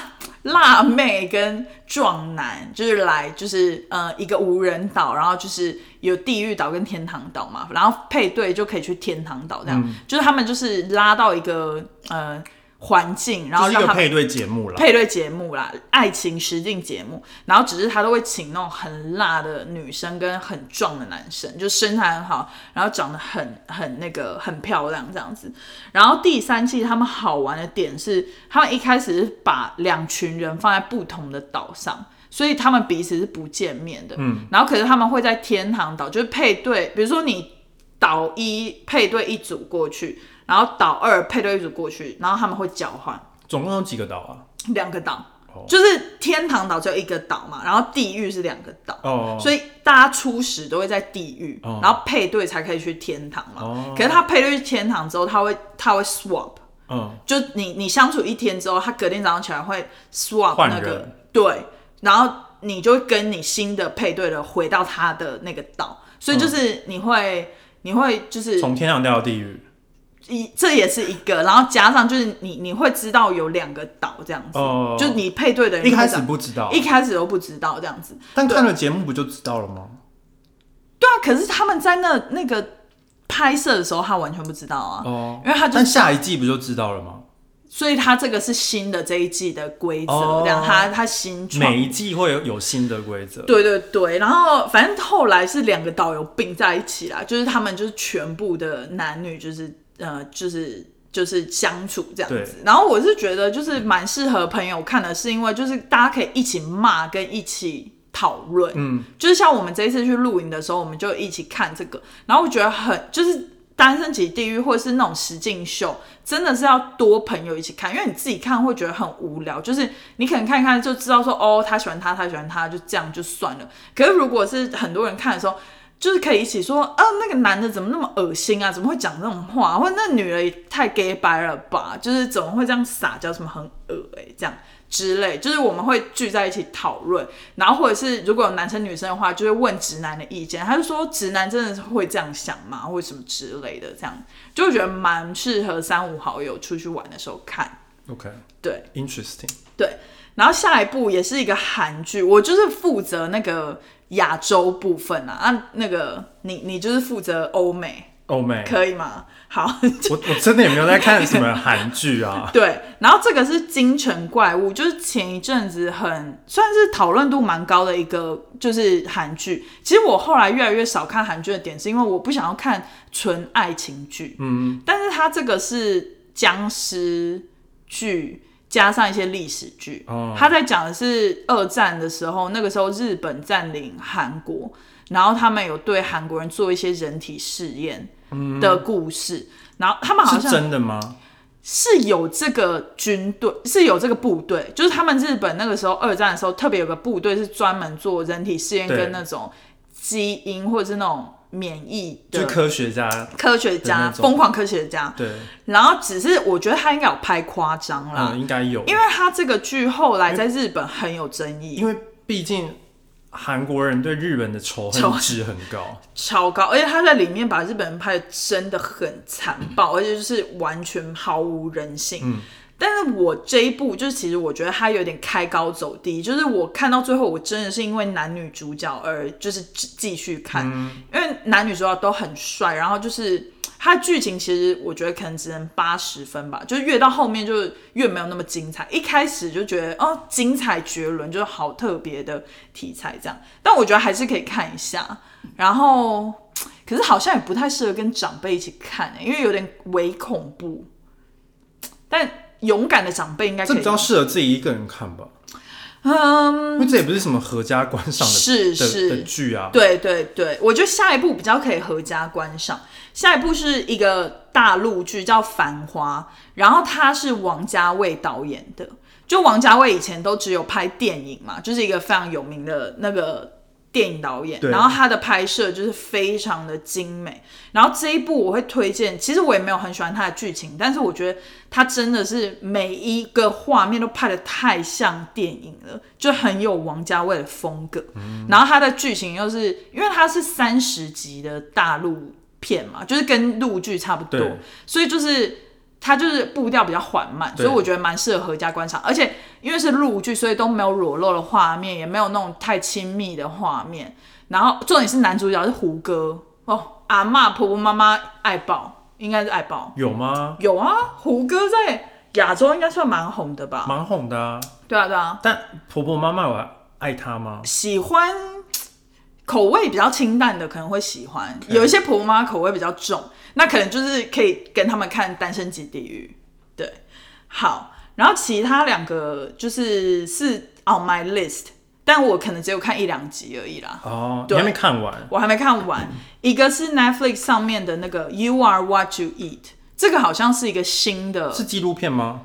S1: 辣妹跟壮男就是来就是呃一个无人岛，然后就是有地狱岛跟天堂岛嘛，然后配对就可以去天堂岛这样，
S2: 嗯
S1: 就是他们就是拉到一个呃环境，然后
S2: 就是
S1: 让
S2: 一个
S1: 他们
S2: 配对节目啦。
S1: 配对节目啦，爱情实境节目，然后只是他都会请那种很辣的女生跟很壮的男生，就身材很好，然后长得很很那个很漂亮这样子。然后第三季他们好玩的点是，他们一开始是把两群人放在不同的岛上。所以他们彼此是不见面的，嗯，然后可是他们会在天堂岛，就是配对，比如说你岛一配对一组过去，然后岛二配对一组过去，然后他们会交换
S2: 总共有几个岛啊？
S1: 两个岛，
S2: 哦
S1: 就是天堂岛只有一个岛嘛，然后地狱是两个岛。
S2: 哦，
S1: 所
S2: 以
S1: 以大家初始都会在地狱，
S2: 哦
S1: 然后配对才可以去天堂嘛。
S2: 哦
S1: 可是他配对去天堂之后，他会他会 swap，
S2: 嗯，
S1: 就你你相处一天之后，他隔天早上起来会 swap
S2: 换
S1: 那个
S2: 人
S1: 对，然后你就会跟你新的配对的回到他的那个岛，所以就是你会、你会就是
S2: 从天堂掉到地狱，
S1: 一这也是一个，然后加上就是你你会知道有两个岛这样子，
S2: 哦
S1: 就你配对的人
S2: 一
S1: 会
S2: 开
S1: 知
S2: 始
S1: 道
S2: 不知道，
S1: 一开始都不知道这样子，
S2: 但看了节目不就知道了吗？
S1: 对啊，可是他们在那那个拍摄的时候，他完全不知道啊，
S2: 哦，
S1: 因为他就
S2: 但下一季不就知道了吗？
S1: 所以他这个是新的这一季的规则，
S2: 哦
S1: 这样他他新创
S2: 每一季会有有新的规则，
S1: 对对对，然后反正后来是两个导游并在一起啦，就是他们就是全部的男女就是呃就是就是相处这样子。然后我是觉得就是蛮适合朋友看的，是因为就是大家可以一起骂跟一起讨论，
S2: 嗯，
S1: 就是像我们这一次去露营的时候，我们就一起看这个，然后我觉得很就是。单身级地狱或者是那种实境秀，真的是要多朋友一起看，因为你自己看会觉得很无聊，就是你可能看一看就知道说哦，他喜欢他，他喜欢他，就这样就算了。可是如果是很多人看的时候，就是可以一起说，啊，那个男的怎么那么恶心啊？怎么会讲这种话？或者那女的也太 gay 白了吧？就是怎么会这样撒娇？什么很恶哎、欸，这样之类，就是我们会聚在一起讨论，然后或者是如果有男生女生的话，就会问直男的意见。他就说直男真的是会这样想吗？或者什么之类的，这样就会觉得蛮适合三五好友出去玩的时候看。
S2: ，OK，interesting，
S1: 对，对，然后下一部也是一个韩剧，我就是负责那个亚洲部分啊，啊，那个你你就是负责欧美，
S2: 欧美，
S1: 可以吗？好，，
S2: 哦我我真的也没有在看什么韩剧啊
S1: 对，然后这个是《京城怪物》，就是前一阵子很算是讨论度蛮高的一个就是韩剧。其实我后来越来越少看韩剧的点，是因为我不想要看纯爱情剧，
S2: 嗯，
S1: 但是它这个是僵尸剧加上一些历史剧，
S2: 哦
S1: 他在讲的是二战的时候，那个时候日本占领韩国，然后他们有对韩国人做一些人体试验
S2: 嗯
S1: 的故事，然后他们好
S2: 是
S1: 像
S2: 真的吗？
S1: 是有这个军队，是有这个部队，就是他们日本那个时候二战的时候，特别有个部队是专门做人体试验
S2: 对
S1: 跟那种基因或者是那种免疫
S2: 就
S1: 的
S2: 是科学家，
S1: 科学
S2: 的
S1: 家，
S2: 那种
S1: 疯狂科学家，
S2: 对，
S1: 然后只是我觉得他应该有拍夸张啦，
S2: 嗯，应该有，
S1: 因为他这个剧后来在日本很有争议，
S2: 因为毕竟韩国人对日本的仇
S1: 仇
S2: 恨值很 高，
S1: 超高，而且他在里面把日本人拍的真的很残暴，而且就是完全毫无人性。
S2: 嗯
S1: 但是我这一部就是，其实我觉得他有点开高走低，就是我看到最后，我真的是因为男女主角而就是继继续看，因为男女主角都很帅，然后就是它剧情其实我觉得可能只能八十分吧，就是越到后面就越没有那么精彩。一开始就觉得哦精彩绝伦，就是好特别的题材这样，但我觉得还是可以看一下。然后可是好像也不太适合跟长辈一起看、因为有点微恐怖。但勇敢的长辈应该
S2: 这
S1: 可以
S2: 比，较适合自己一个人看吧，
S1: 嗯，
S2: 因为这也不是什么合家观赏的
S1: 是
S2: 的
S1: 是
S2: 的剧啊，
S1: 对对对，我觉得下一部比较可以合家观赏。下一部是一个大陆剧叫《繁花》，然后它是王家卫导演的。就王家卫以前都只有拍电影嘛，就是一个非常有名的那个电影导演。
S2: 对
S1: 然后他的拍摄就是非常的精美。然后这一部我会推荐，其实我也没有很喜欢它的剧情，但是我觉得它真的是每一个画面都拍的太像电影了，就很有王家卫的风格。然后它的剧情又是因为它是三十集的大陆片嘛，就是跟陆剧差不多
S2: 对，
S1: 所以就是。它就是步调比较缓慢，所
S2: 对
S1: 以我觉得蛮适合合家观赏，而且因为是陆剧，所以都没有裸露的画面，也没有那种太亲密的画面。然后重点是男主角是胡歌哦，阿嬷婆婆妈妈爱爆，应该是爱爆。
S2: 有吗？
S1: 有啊，胡歌在亚洲应该算蛮红的吧？
S2: 蛮红的啊，
S1: 对啊，对啊，
S2: 但婆婆妈妈我爱她吗？
S1: 喜欢口味比较清淡的可能会喜欢，有一些婆婆妈妈口味比较重，那可能就是可以跟他们看《单身级地狱》。对，好，然后其他两个就是是 on my list，但我可能只有看一两集而已啦。
S2: 哦，你
S1: 对
S2: 还没看完，
S1: 我还没看完。一个是 Netflix 上面的那个《You Are What You Eat》，这个好像是一个新的，
S2: 是纪录片吗？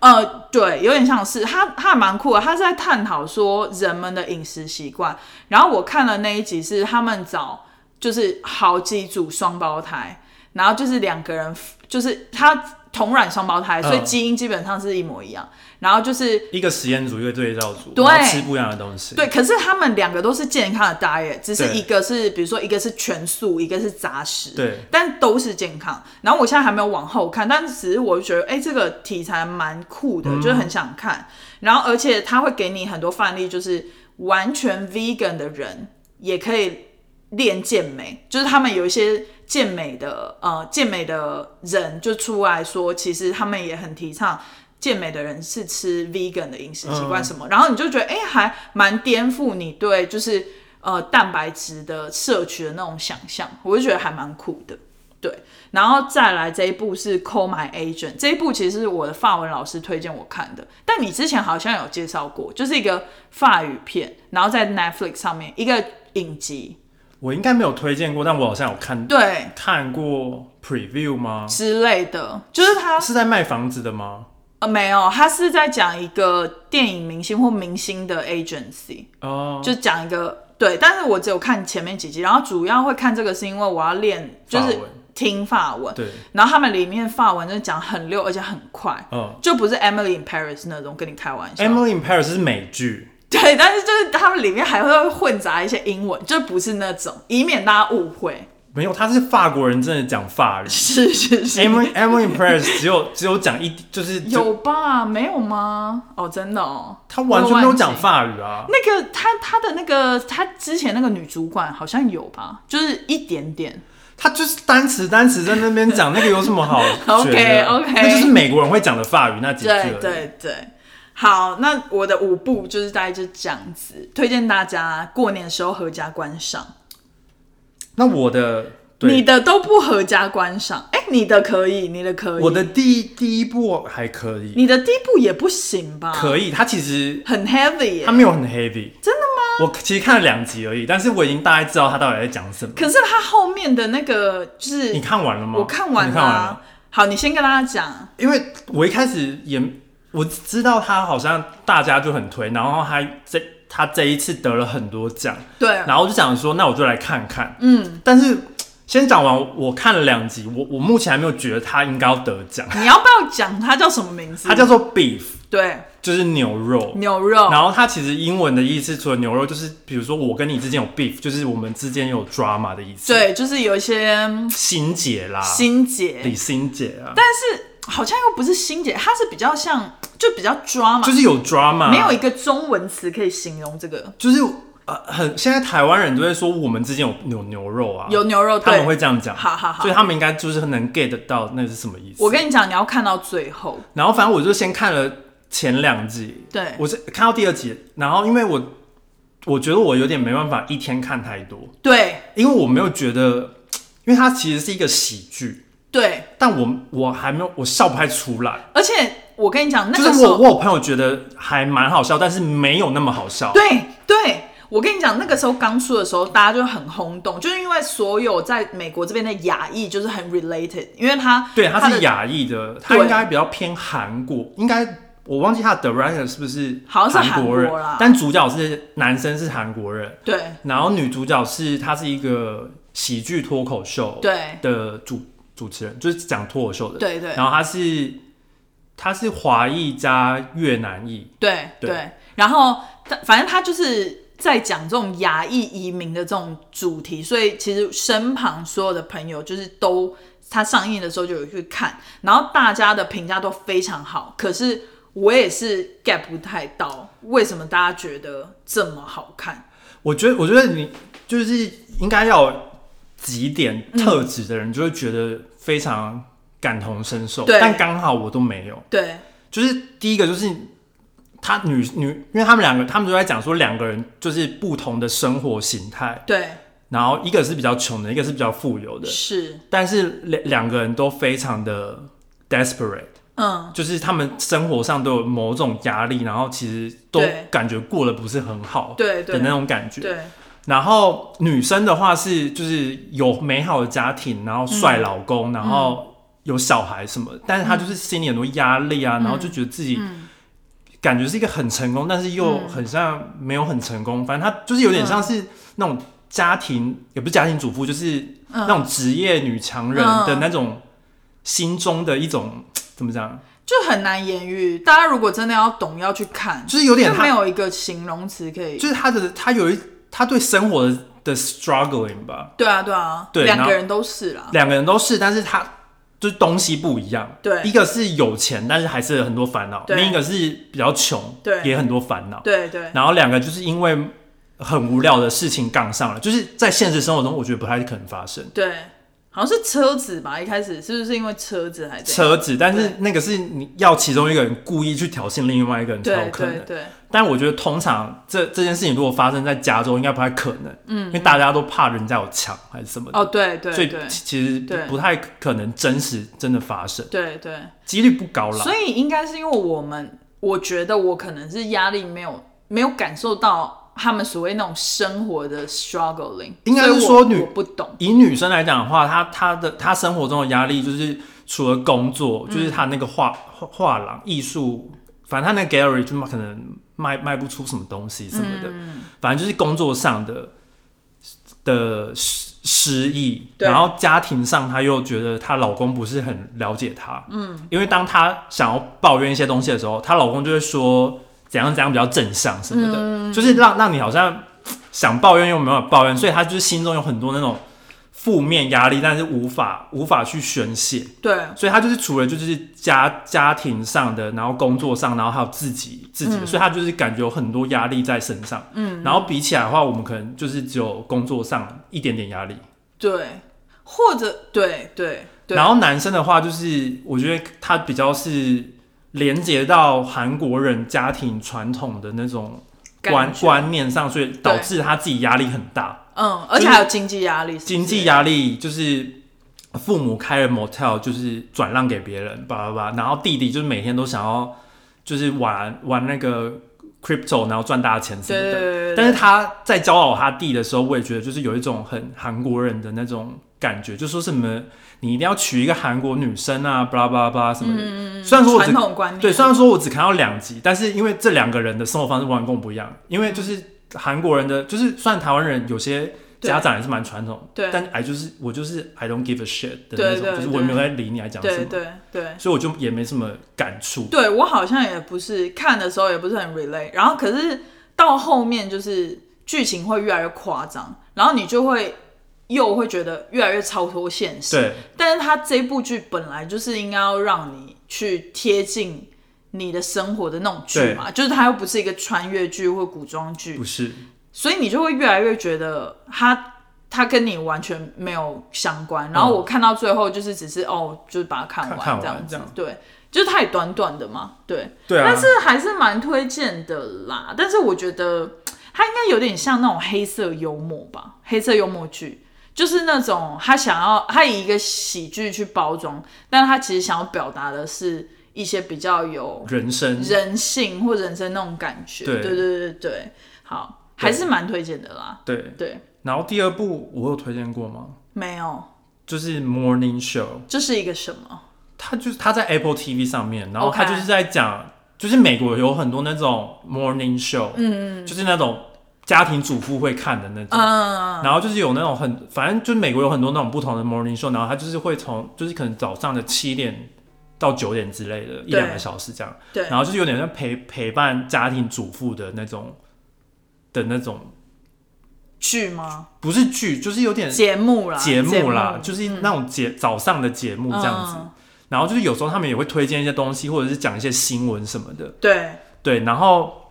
S1: 呃，对，有点像是他，他还蛮酷的。他是在探讨说人们的饮食习惯。然后我看了那一集是他们找就是好几组双胞胎，然后就是两个人，就是他同卵双胞胎，所以
S2: 嗯
S1: 基因基本上是一模一样。然后就是
S2: 一个实验组，一个对照组，
S1: 对
S2: 然后吃不一样的东西。
S1: 对，可是他们两个都是健康的 diet，只是
S2: 对
S1: 一个是比如说一个是全素，一个是杂食，
S2: 对
S1: 但都是健康。然后我现在还没有往后看，但只是我觉得，哎、这个题材蛮酷
S2: 嗯
S1: 的，就是很想看。然后而且他会给你很多范例，就是完全 vegan 的人也可以练健美，就是他们有一些健美的呃健美的人就出来说，其实他们也很提倡。健美的人是吃 vegan 的饮食习惯什么，然后你就觉得哎、还蛮颠覆你对就是呃蛋白质的摄取的那种想象，我就觉得还蛮酷的。对，然后再来这一部是《Call My Agent》，这一部其实是我的法文老师推荐我看的，但你之前好像有介绍过，就是一个法语片，然后在 Netflix 上面一个影集，
S2: 我应该没有推荐过，但我好像有看
S1: 对
S2: 看过 preview 吗？
S1: 之类的，就是他
S2: 是在卖房子的吗？
S1: 呃没有，他是在讲一个电影明星或明星的 agency，
S2: 哦，
S1: 就讲一个对，但是我只有看前面几集，然后主要会看这个是因为我要练，就
S2: 法
S1: 是
S2: 文
S1: 听法文，
S2: 对，
S1: 然后他们里面法文就讲很溜，而且很快，
S2: 嗯
S1: 就不是 Emily in Paris 那种跟你开玩笑。
S2: ，Emily in Paris 是美剧，
S1: 对，但是就是他们里面还会混杂一些英文，就不是那种，以免大家误 会。
S2: 没有，他是法国人，真的讲法语。
S1: 是是是，
S2: Emily Emily in Paris 只有只有讲一，就是就
S1: 有吧？没有吗？哦，真的哦，
S2: 他完全没有讲
S1: 我忘记。
S2: 法语啊。
S1: 那个他他的那个他之前那个女主管好像有吧，就是一点点。
S2: 他就是单词单词在那边讲，那个有什么好
S1: OK，
S2: 觉得
S1: OK
S2: 那就是美国人会讲的法语那几句而已
S1: 对对对，好，那我的五部就是大概就这样子，推荐大家过年的时候合家观赏。
S2: 那我的对
S1: 你的都不合家观赏，哎、你的可以，你的可以，
S2: 我的第一第一部还可以，
S1: 你的第一部也不行吧？
S2: 可以，它其实
S1: 很 heavy 耶、
S2: 它没有很 heavy。
S1: 真的吗？
S2: 我其实看了两集而已，但是我已经大概知道它到底在讲什么。
S1: 可是他后面的那个就是
S2: 你看完了吗？
S1: 我看完啊啦、
S2: 你看完了，
S1: 好，你先跟大家讲，
S2: 因为我一开始也我知道它好像大家就很推，然后它这它这一次得了很多奖，
S1: 对，
S2: 然后我就想说，那我就来看看。
S1: 嗯，
S2: 但是先讲完，我看了两集，我我目前还没有觉得它应该要得奖。
S1: 你要不要讲他叫什么名字？
S2: 它叫做 beef，
S1: 对
S2: 就是牛肉。
S1: 牛肉，
S2: 然后它其实英文的意思，除了牛肉，就是比如说我跟你之间有 beef，就是我们之间有 drama 的意思。，
S1: 对，就是有一些嗯
S2: 心结啦，
S1: 心结，
S2: 李心结啊，
S1: 但是好像又不是心结，它是比较像就比较抓嘛，
S2: 就是啊有 drama，
S1: 没有一个中文词可以形容这个。
S2: 就是呃很现在台湾人都会说我们之间有有牛肉啊，
S1: 有牛肉，
S2: 他们
S1: 对
S2: 会这样讲，
S1: 好好好
S2: 所以他们应该就是能 get 得到那是什么意思。
S1: 我跟你讲，你要看到最后，
S2: 然后反正我就先看了前两集，
S1: 对
S2: 我是看到第二集，然后因为我我觉得我有点没办法一天看太多，
S1: 对
S2: 因为我没有觉得，因为它其实是一个喜剧，
S1: 对，
S2: 但我我还没有我笑不太出来，
S1: 而且我跟你讲，那
S2: 就
S1: 个
S2: 是
S1: 时
S2: 我
S1: 候，
S2: 我有朋友觉得还蛮好笑，但是没有那么好笑，
S1: 对对，我跟你讲，那个时候刚出的时候，大家就很轰动，就是因为所有在美国这边的亚裔就是很 related，因为他
S2: 对，他
S1: 的
S2: 是亚裔的，他
S1: 对
S2: 应该比较偏韩国，应该我忘记他的 director 是不是
S1: 好像是韩
S2: 国人，
S1: 国啦
S2: 但主角是男生是韩国人，
S1: 对
S2: 然后女主角是她是一个喜剧脱口秀
S1: 对
S2: 的主主持人，就是讲脱口秀的，
S1: 对对
S2: 然后她是她是华裔加越南裔，
S1: 对
S2: 对
S1: 对，然后他反正他就是在讲这种亚裔移民的这种主题，所以其实身旁所有的朋友就是都他上映的时候就有去看，然后大家的评价都非常好，可是我也是 get 不太到为什么大家觉得这么好看。
S2: 我觉得，我觉得你就是应该要有几点特质的人，就会觉得非常感同身受。
S1: 嗯对
S2: 但刚好我都没有。
S1: 对
S2: 就是第一个就是他女女，因为他们两个，他们都在讲说两个人就是不同的生活形态，
S1: 对
S2: 然后一个是比较穷的，一个是比较富有的，
S1: 是，
S2: 但是两两个人都非常的 desperate。
S1: 嗯
S2: 就是他们生活上都有某种压力，然后其实都
S1: 对
S2: 感觉过得不是很好，
S1: 嗯对对
S2: 的那种感觉。
S1: 对
S2: 然后女生的话是就是有美好的家庭，然后帅老公，然后有小孩什么，但是他就是心里很多压力啊，然后就觉得自己感觉是一个很成功，但是又很像没有很成功，反正他就是有点像是那种家庭，也不是家庭主妇，就是那种职业女强人的那种心中的一种怎么讲，
S1: 就很难言喻。大家如果真的要懂，要去看，
S2: 就是有点
S1: 就没
S2: 他，
S1: 有一个形容词可以。
S2: 就是他的他有一他对生活的的 struggling 吧，
S1: 对啊，对啊，
S2: 对
S1: 两
S2: 然
S1: 个
S2: 后
S1: 人都是啦。
S2: 两个人都是，但是他就是东西不一样。
S1: 对
S2: 一个是有钱，但是还是很多烦恼；，
S1: 对
S2: 另一个是比较穷，
S1: 对
S2: 也很多烦恼。
S1: 对对，
S2: 然后两个就是因为很无聊的事情杠上了，就是在现实生活中，我觉得不太可能发生。
S1: 对，好像是车子吧，一开始是不是因为车子还在？
S2: 车子，但是
S1: 对
S2: 那个是你要其中一个人故意去挑衅另外一个人才有
S1: 对
S2: 可
S1: 对
S2: 能。
S1: 对
S2: 但我觉得通常这这件事情如果发生在加州，应该不太可能，嗯，因为大家都怕人家有抢还是什么的，
S1: 哦，对对
S2: 所以
S1: 对
S2: 其其实不
S1: 对
S2: 不太可能真实真的发生，
S1: 对对，
S2: 几率不高啦。
S1: 所以应该是因为我们，我觉得我可能是压力没有没有感受到他们所谓那种生活的 struggling，
S2: 应该是
S1: 所以我
S2: 说女
S1: 我不懂，
S2: 以女生来讲的话，她她的她生活中的压力就是除了工作，就是她那个画画画廊艺术，反正她那个 gallery 就可能卖卖不出什么东西什么的，反正就是工作上的的失失意，
S1: 对
S2: 然后家庭上她又觉得她老公不是很了解她，嗯，因为当她想要抱怨一些东西的时候，她老公就会说怎样怎样比较正向什么的，就是让让你好像。想抱怨又没有抱怨，所以她就是心中有很多那种负面压力，但是无法无法去宣泄，
S1: 对
S2: 所以她就是除了就是家家庭上的，然后工作上，然后还有自己自
S1: 嗯
S2: 己的，所以她就是感觉有很多压力在身上。嗯，然后比起来的话，我们可能就是只有工作上一点点压力，
S1: 对，或者对对对，
S2: 然后男生的话，就是我觉得他比较是连接到韩国人家庭传统的那种观
S1: 感觉
S2: 观念上，所以导致他自己压力很大。
S1: 嗯，而且还有经济压力是不是，
S2: 经济压力就是父母开了 motel 就是转让给别人，叭叭叭，然后弟弟就是每天都想要就是玩玩那个 crypto，然后赚大钱什
S1: 对，
S2: 么
S1: 对对
S2: 的。
S1: 对对，
S2: 但是他在教导他弟的时候，我也觉得就是有一种很韩国人的那种感觉，就说什么你一定要娶一个韩国女生啊，巴拉巴拉巴拉什
S1: 嗯
S2: 么的。虽然说我只
S1: 传统观念，
S2: 对，虽然说我只看到两集，但是因为这两个人的生活方式完全跟我不一样，因为就是韩国人的，就是虽然台湾人有些家长也是蛮传统，
S1: 对
S2: 但哎就是我就是 I don't give a shit 的那
S1: 对
S2: 种，
S1: 对
S2: 就是我也没有在理你来讲什
S1: 对
S2: 么，
S1: 对对。
S2: 所以我就也没什么感触。
S1: 对我好像也不是看的时候也不是很 relate，然后可是到后面就是剧情会越来越夸张，然后你就会又会觉得越来越超脱现实。
S2: 对，
S1: 但是他这部剧本来就是应该要让你去贴近你的生活的那种剧嘛，就是它又不是一个穿越剧或古装剧
S2: 不，是，
S1: 所以你就会越来越觉得它它跟你完全没有相关。然后我看到最后就是只是、哦，就是把它看
S2: 嗯看看完
S1: 这样
S2: 这
S1: 子
S2: 样，
S1: 对，就是它也短短的嘛，对。
S2: 对啊，
S1: 但是还是蛮推荐的啦。但是我觉得它应该有点像那种黑色幽默吧，黑色幽默剧，就是那种他想要他以一个喜剧去包装，但他其实想要表达的是一些比较有
S2: 人生
S1: 人性或人生那种感觉。
S2: 对
S1: 对对对对，好，还是蛮推荐的啦。
S2: 对。
S1: 对，
S2: 然后第二部我有推荐过吗？
S1: 没有，
S2: 就是 Morning Show，
S1: 这是一个什么？
S2: 它就是它在 Apple TV 上面，然后
S1: OK
S2: 它就是在讲就是美国有很多那种 Morning Show，嗯，就是那种家庭主妇会看的那种。
S1: 嗯，
S2: 然后就是有那种很，反正就是美国有很多那种不同的 morning show，然后它就是会从就是可能早上的七点到九点之类的，一两个小时这样，
S1: 对
S2: 然后就是有点像陪陪伴家庭主妇的那种的那种，
S1: 剧吗？
S2: 不是剧，就是有点
S1: 节目啦，
S2: 节目啦，
S1: 节
S2: 就是那种节、早上的节目这样子。
S1: 嗯
S2: 然后就是有时候他们也会推荐一些东西，或者是讲一些新闻什么的，
S1: 对，
S2: 对。然后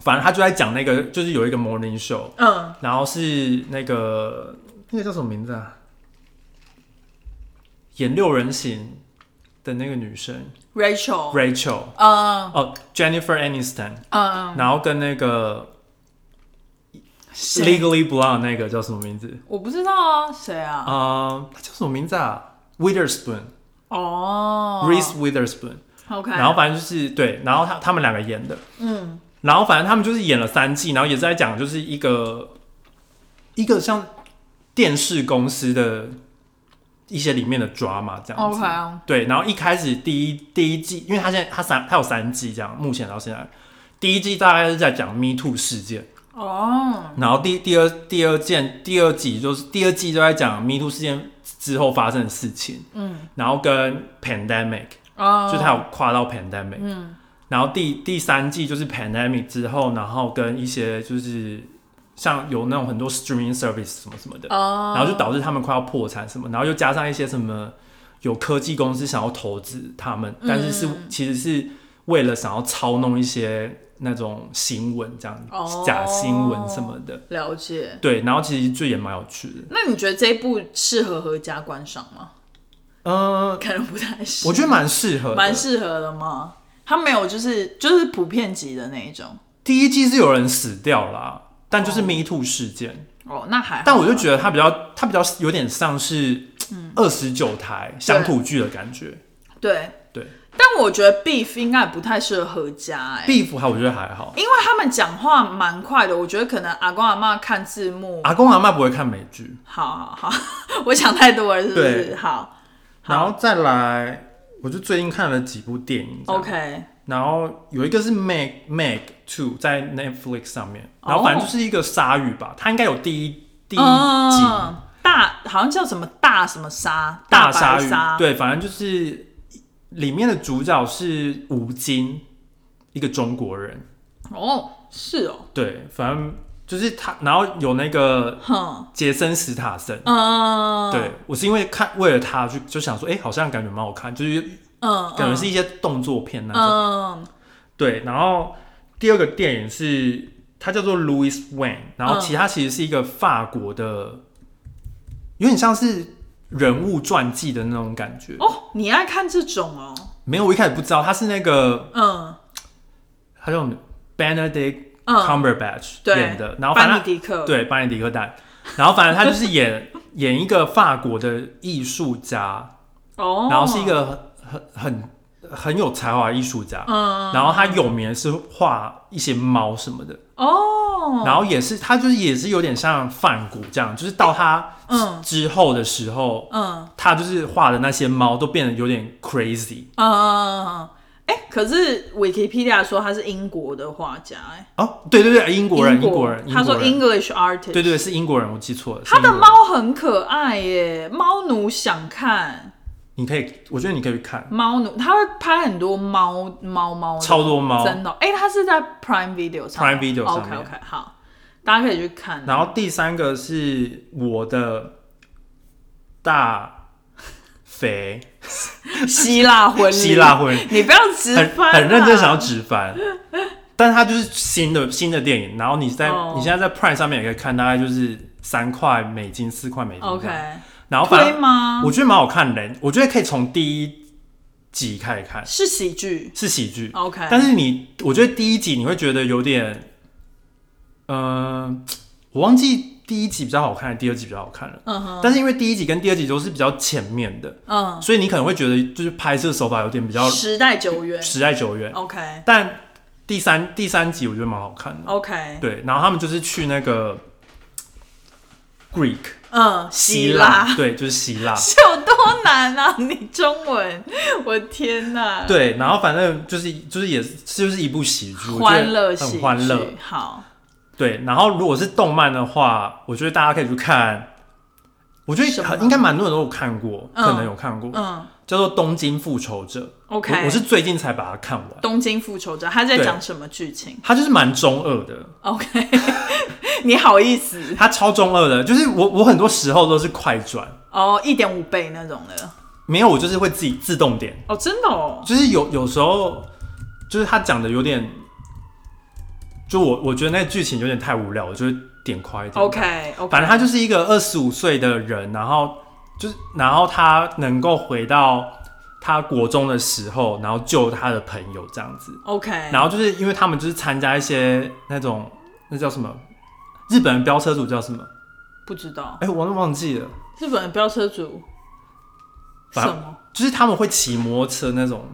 S2: 反正他就在讲那个，就是有一个 morning show，
S1: 嗯，
S2: 然后是那个那个叫什么名字啊？演六人行的那个女生
S1: Rachel，
S2: Rachel
S1: 嗯
S2: 哦，Jennifer Aniston，
S1: 嗯，
S2: 然后跟那个 Legally Blonde 那个叫什么名字？
S1: 我不知道啊，谁啊？
S2: 啊，她叫什么名字啊？Witherspoon，Reese
S1: 哦
S2: Witherspoon。
S1: OK，
S2: 啊然后反正就是对，然后他他们两个演的，嗯，然后反正他们就是演了三季，然后也是在讲就是一个一个像电视公司的一些里面的 drama 这样子。
S1: OK
S2: 对，然后一开始第一第一季，因为他现在他三他有三季这样，目前到现在，第一季大概是在讲 Me Too 事件，
S1: 哦，
S2: 然后第第二第二件第二集就是第二季都在讲 Me Too 事件之后发生的事情，
S1: 嗯，
S2: 然后跟 pandemic，
S1: 哦，
S2: 就他有跨到 pandemic，
S1: 嗯，
S2: 然后第第三季就是 pandemic 之后，然后跟一些就是像有那种很多 streaming service 什么什么的，
S1: 哦，
S2: 然后就导致他们快要破产什么，然后又加上一些什么有科技公司想要投资他们，
S1: 嗯
S2: 但是是、其实是为了想要操弄一些那种新闻这样、
S1: 哦
S2: 假新闻什么的，
S1: 了解。
S2: 对，然后其实就也蛮有趣的，
S1: 那你觉得这一部适合合家观赏吗？
S2: 呃，
S1: 可能不太适，
S2: 我觉得蛮适合的，
S1: 蛮适合的嘛。它没有就是就是普遍级的那一种
S2: 第一季是有人死掉啦，但就是 Me Too 事件。
S1: 哦，那还好。
S2: 但我就觉得它比较，它比较有点像是
S1: 嗯
S2: 二十九台乡土剧的感觉。
S1: 对，
S2: 对
S1: 但我觉得 Beef 应该也不太适合合家哎、
S2: ，Beef 还我觉得还好，
S1: 因为他们讲话蛮快的，我觉得可能阿公阿妈看字幕，
S2: 阿公阿妈不会看美剧，
S1: 好好好， 我想太多了，是不是？
S2: 对
S1: 好
S2: 然后再来，我就最近看了几部电影这样
S1: ，OK，
S2: 然后有一个是 Meg Meg Two 在 Netflix 上面，
S1: 哦
S2: 然后反正就是一个鲨鱼吧，它应该有第一第一集
S1: 嗯，大好像叫什么大什么鲨，
S2: 大
S1: 鲨
S2: 鲨鱼，，对，反正就是里面的主角是吴京，一个中国人，
S1: 哦，是哦，
S2: 对，反正就是他，然后有那个
S1: 哼，
S2: 杰森·史塔森。
S1: 嗯，
S2: 对，我是因为看为了他就就想说，哎、好像感觉蛮好看，就是
S1: 嗯，嗯，
S2: 感觉是一些动作片那种。
S1: 嗯，
S2: 对，然后第二个电影是它叫做 Louis Wayne，然后其他其实是一个法国的，有点像是人物传记的那种感觉。
S1: 哦，你爱看这种哦，
S2: 没有，我一开始不知道他是那个
S1: 嗯
S2: 他叫什么 Benedict
S1: 嗯，
S2: Cumberbatch
S1: 对
S2: 演的，然后反
S1: 班
S2: 正
S1: 尼迪克，，
S2: 对，巴尼迪克蛋。然后反正他就是演 演一个法国的艺术家，
S1: 哦，
S2: 然后是一，个很很很很有才华的艺术家。
S1: 嗯，
S2: 然后他有名的是画一些猫什么的，
S1: 哦，
S2: 然后也是他就是也是有点像梵谷这样，就是到他
S1: 嗯
S2: 之后的时候，
S1: 嗯。
S2: 他就是画的那些猫都变得有点 crazy
S1: 嗯，哎、可是 Wikipedia 说他是英国的画家、哎，
S2: 哦，对对对，英国人，英国人，
S1: 他说
S2: 英国人
S1: English artist，
S2: 对对对是英国人，我记错了，是
S1: 他的
S2: 英国人，
S1: 猫很可爱耶，猫奴想看
S2: 你可以，我觉得你可以去看，
S1: 猫奴，他会拍很多猫猫猫的，
S2: 超多猫，
S1: 真的、哎、他是在 Prime Video 上
S2: Prime Video 上
S1: OK
S2: 面
S1: OK，好，大家可以去看。
S2: 然后第三个是我的大肥
S1: 希腊婚礼，
S2: 希 腊婚，
S1: 你不要直
S2: 很
S1: 翻，啊
S2: 很认真想要。直翻，但它就是新的新的电影。然后你在、
S1: 哦你
S2: 你现在在 Prime 上面也可以看，大概就是三块美金、四块美金。
S1: OK，
S2: 然后反
S1: 推
S2: 正
S1: 吗？
S2: 我觉得蛮好看的，我觉得可以从第一集开始看，
S1: 是喜剧
S2: 是喜剧。
S1: ，OK，
S2: 但是你，我觉得第一集你会觉得有点，嗯，我忘记第一集比较好看，第二集比较好看了。
S1: 嗯哼，
S2: 但是因为第一集跟第二集都是比较前面的，
S1: 嗯，
S2: 所以你可能会觉得就是拍摄手法有点比较
S1: 时代久远
S2: 时代久
S1: 哦
S2: 远。
S1: ，OK
S2: 但第三第三集我觉得蛮好看的，
S1: OK，
S2: 对。然后他们就是去那个 Greek
S1: 嗯，希
S2: 希
S1: 腊
S2: 对，就是希腊，
S1: 是 有多难啊？你中文，我天哪！，
S2: 对。然后反正就是就是也是就是一部喜剧，我觉得
S1: 欢乐喜剧
S2: 很欢乐，。
S1: 好，
S2: 对。然后如果是动漫的话，我觉得大家可以去看。我觉
S1: 什
S2: 得
S1: 么
S2: 很应该蛮多人都有看过，
S1: 嗯
S2: 可能有看过，
S1: 嗯
S2: 叫做《东京复仇者》
S1: ，OK
S2: 我。我是最近才把它看完，
S1: 东京复仇者，他在
S2: 对
S1: 讲什么剧情
S2: 它就是蛮中二的，
S1: ？OK，你好意思
S2: 它超中二的，就是我我很多时候都是快转，
S1: 哦，一点五倍那种的
S2: 没有，我就是会自己自动点，
S1: 哦，真的哦，
S2: 就是有有时候，就是他讲的有点，就我我觉得那个剧情有点太无聊，我就会点快一点。
S1: OK OK，
S2: 反正他就是一个二十五岁的人，然后就是然后他能够回到他国中的时候，然后救他的朋友这样子，
S1: OK，
S2: 然后就是因为他们就是参加一些那种那叫什么日本人飙车组叫什么？
S1: 不知道
S2: 哎、我都忘记了，
S1: 日本的飙车族什
S2: 反
S1: 么，
S2: 就是他们会骑摩托车那种，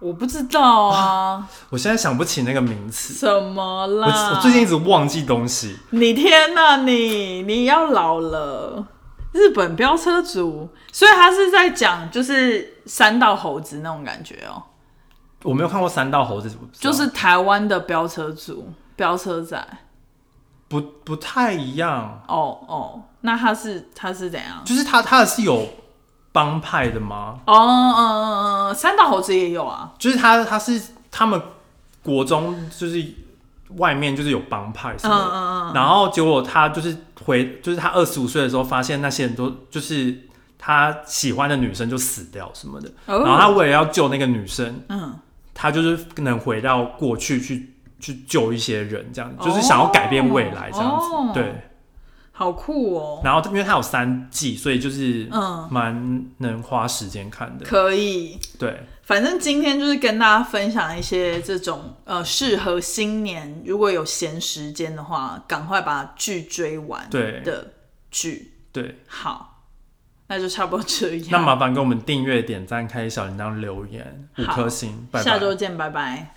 S1: 我不知道 啊，
S2: 我现在想不起那个名词。
S1: 什么
S2: 我
S1: 啦？
S2: 我最近一直忘记东西，
S1: 你天哪，你你要老了。日本飙车族，所以他是在讲就是山道猴子那种感觉哦，
S2: 我没有看过三道猴子，我不知道
S1: 就是台湾的飙车族、飙车仔。
S2: 不不太一样，
S1: 哦哦，那他是他是怎样？
S2: 就是他他的是有帮派的吗？
S1: 哦，嗯嗯嗯，三道猴子也有啊。
S2: 就是他他是他们国中就是外面就是有帮派什
S1: 嗯
S2: 么
S1: 嗯
S2: 的，
S1: 嗯嗯，
S2: 然后结果他就是回，就是他二十五岁的时候，发现那些人都就是他喜欢的女生就死掉什么的，
S1: 哦
S2: 然后他为了要救那个女生，
S1: 嗯，
S2: 他就是能回到过去去去救一些人，这样就是想要改变未来这样子，
S1: 哦
S2: 对。
S1: 好酷哦，
S2: 然后因为它有三季，所以就是
S1: 嗯
S2: 蛮能花时间看的，
S1: 可以。
S2: 对，
S1: 反正今天就是跟大家分享一些这种呃适合新年，如果有闲时间的话，赶快把剧追完
S2: 对
S1: 的剧。
S2: 对。
S1: 好，那就差不多这样。
S2: 那麻烦给我们订阅、点赞、开小铃铛、留言五
S1: 好
S2: 颗星，拜拜。
S1: 下周见，拜拜。